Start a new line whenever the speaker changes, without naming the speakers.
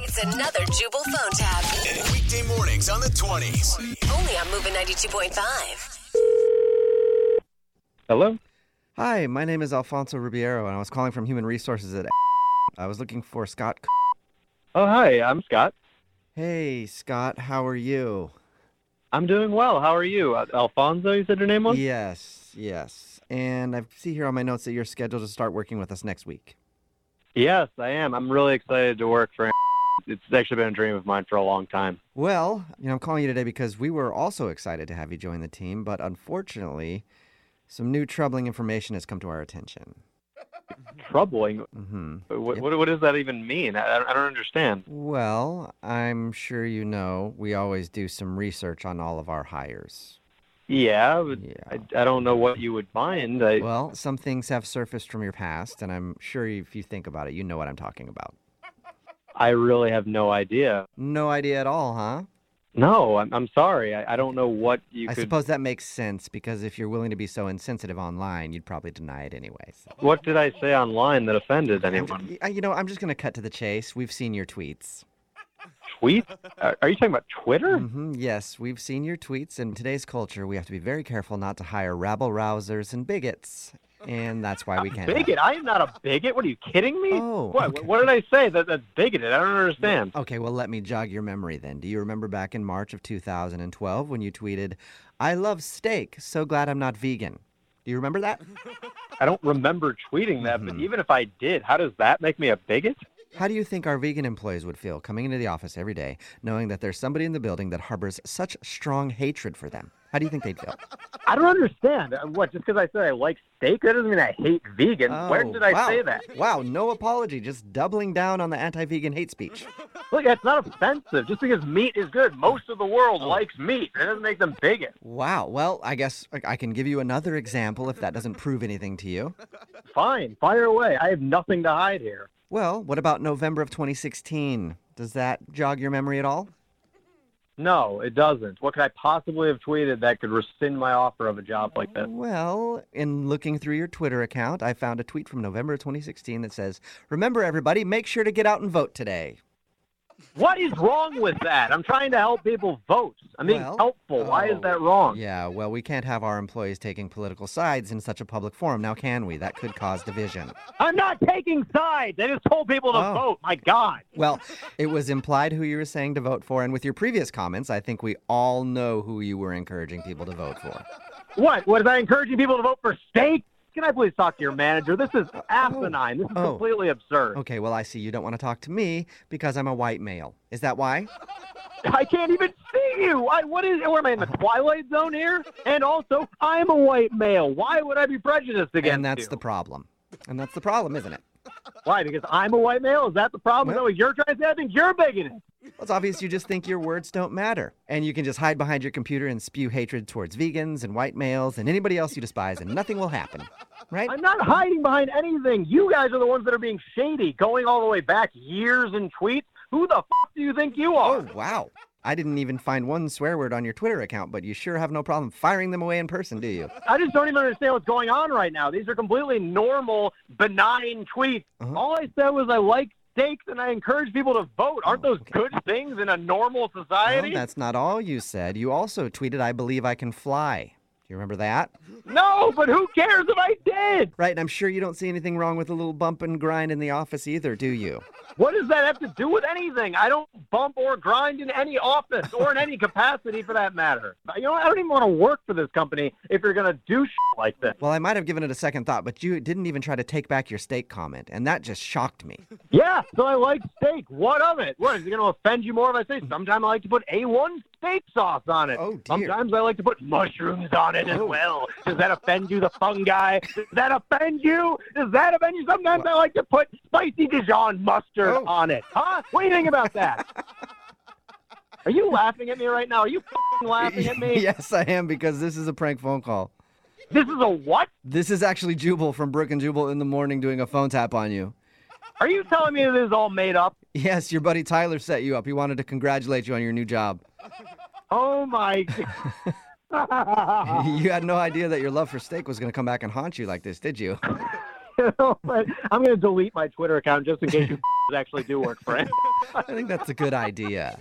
It's another Jubal phone tab.
Weekday mornings on the 20s.
Only on Moving 92.5.
Hello?
Hi, my name is Alfonso Ribeiro, and I was calling from Human Resources at. I was looking for Scott. C-
Oh, hi. I'm Scott.
Hey, Scott, how are you?
I'm doing well. How are you? Al- Alfonso, you said your name was?
Yes, yes. And I see here on my notes that you're scheduled to start working with us next week.
Yes, I am. I'm really excited to work for It's actually been a dream of mine for a long time.
Well, you know, I'm calling you today because we were also excited to have you join the team, but unfortunately, some new troubling information has come to our attention.
Troubling.
hmm
What,
Yep.
what, what does that even mean? I, I don't- I don't understand.
Well, I'm sure you know we always do some research on all of our hires.
Yeah, but
Yeah.
I, I don't know what you would find. I,
Well, some things have surfaced from your past, and I'm sure if you think about it, you know what I'm talking about.
I really have no idea.
No idea at all, huh?
No, I'm, I'm sorry. I, I don't know what you
I
could.
suppose that makes sense because if you're willing to be so insensitive online, you'd probably deny it anyway. so.
What did I say online that offended
I'm
anyone?
j- I- you know, I'm just going to cut to the chase. We've seen your tweets.
Tweet? Are, are you talking about Twitter?
hmm Yes, we've seen your tweets. In today's culture, we have to be very careful not to hire rabble rousers and bigots. And that's why we can't. have-
Bigot? I am not a bigot. What are you kidding me?
Oh,
what?
okay.
What did I say? That that's bigoted. I don't understand.
Okay, well, let me jog your memory then. Do you remember back in March of 2012 when you tweeted, I love steak, so glad I'm not vegan? Do you remember that?
I don't remember tweeting that. But
Mhm.
even if I did, how does that make me a bigot?
How do you think our vegan employees would feel coming into the office every day knowing that there's somebody in the building that harbors such strong hatred for them? How do you think they'd feel?
I don't understand. Uh, What? Just because I said I like steak, that doesn't mean I hate vegans. Where
Oh,
did I
wow.
say that?
Wow, no apology, just doubling down on the anti vegan hate speech.
Look, that's not offensive. Just because meat is good, most of the world
Oh.
likes meat. That doesn't make them bigots.
Wow, well, I guess I- I can give you another example if that doesn't prove anything to you.
Fine, fire away. I have nothing to hide here.
Well, what about November of 2016? Does that jog your memory at all?
No, it doesn't. What could I possibly have tweeted that could rescind my offer of a job like
Oh.
this?
Well, in looking through your Twitter account, I found a tweet from November of 2016 that says, Remember, everybody, make sure to get out and vote today.
What is wrong with that? I'm trying to help people vote. I'm being
Well,
helpful. Why
oh,
is that wrong?
Yeah, well, we can't have our employees taking political sides in such a public forum, now can we? That could cause division.
I'm not taking sides. I just told people to
Oh.
vote. My God.
Well, it was implied who you were saying to vote for, and with your previous comments, I think we all know who you were encouraging people to vote for.
What? What is I encouraging people to vote for steak? Can I please talk to your manager? This is asinine. This is
Oh.
completely absurd.
Okay, well, I see you don't want to talk to me because I'm a white male. Is that why?
I can't even see you. I, what is? Where am I in the
Uh-huh.
twilight zone here? And also, I'm a white male. Why would I be prejudiced against
And that's
you?
the problem. And that's the problem, isn't it?
Why? Because I'm a white male. Is that the problem? Is that
Well-
what you're trying to say? I think you're bigoted.
Well, it's obvious you just think your words don't matter. And you can just hide behind your computer and spew hatred towards vegans and white males and anybody else you despise, and nothing will happen. Right?
I'm not hiding behind anything. You guys are the ones that are being shady, going all the way back years in tweets. Who the f- do you think you are?
Oh, wow. I didn't even find one swear word on your Twitter account, but you sure have no problem firing them away in person, do you?
I just don't even understand what's going on right now. These are completely normal, benign tweets.
Uh-huh.
All I said was I like steaks and I encourage people to vote. Aren't those good things in a normal
Oh, Well,
society?
that's not all you said. You also tweeted, I believe I can fly. Do you remember that?
no, but who cares if I did?
Right, and I'm sure you don't see anything wrong with a little bump and grind in the office either, do you?
What does that have to do with anything? I don't bump or grind in any office or in any capacity for that matter. You know, I don't even want to work for this company if you're going to do shit like this.
Well, I might have given it a second thought, but you didn't even try to take back your steak comment, and that just shocked me.
Yeah, so I like steak. What of it? What is it going to offend you more if I say? Sometimes I like to put A1 steak sauce on it.
Oh, dear.
Sometimes I like to put mushrooms on it as
Oh.
well. Does that offend you? The fungi? Does that offend you? Does that offend you? Sometimes I like to put spicy Dijon mustard
Oh.
on it. Huh? What do you think about that? Are you laughing at me right now? Are you fing laughing at me?
yes, I am because this is a prank phone call.
This is a what?
This is actually Jubal from Brook and Jubal in the morning doing a phone tap on you.
Are you telling me this is all made up?
Yes, your buddy Tyler set you up. He wanted to congratulate you on your new job.
Oh my.
you had no idea that your love for steak was going to come back and haunt you like this, did you?
but I'm going to delete my Twitter account just in case you actually do work for him.
I think that's a good idea.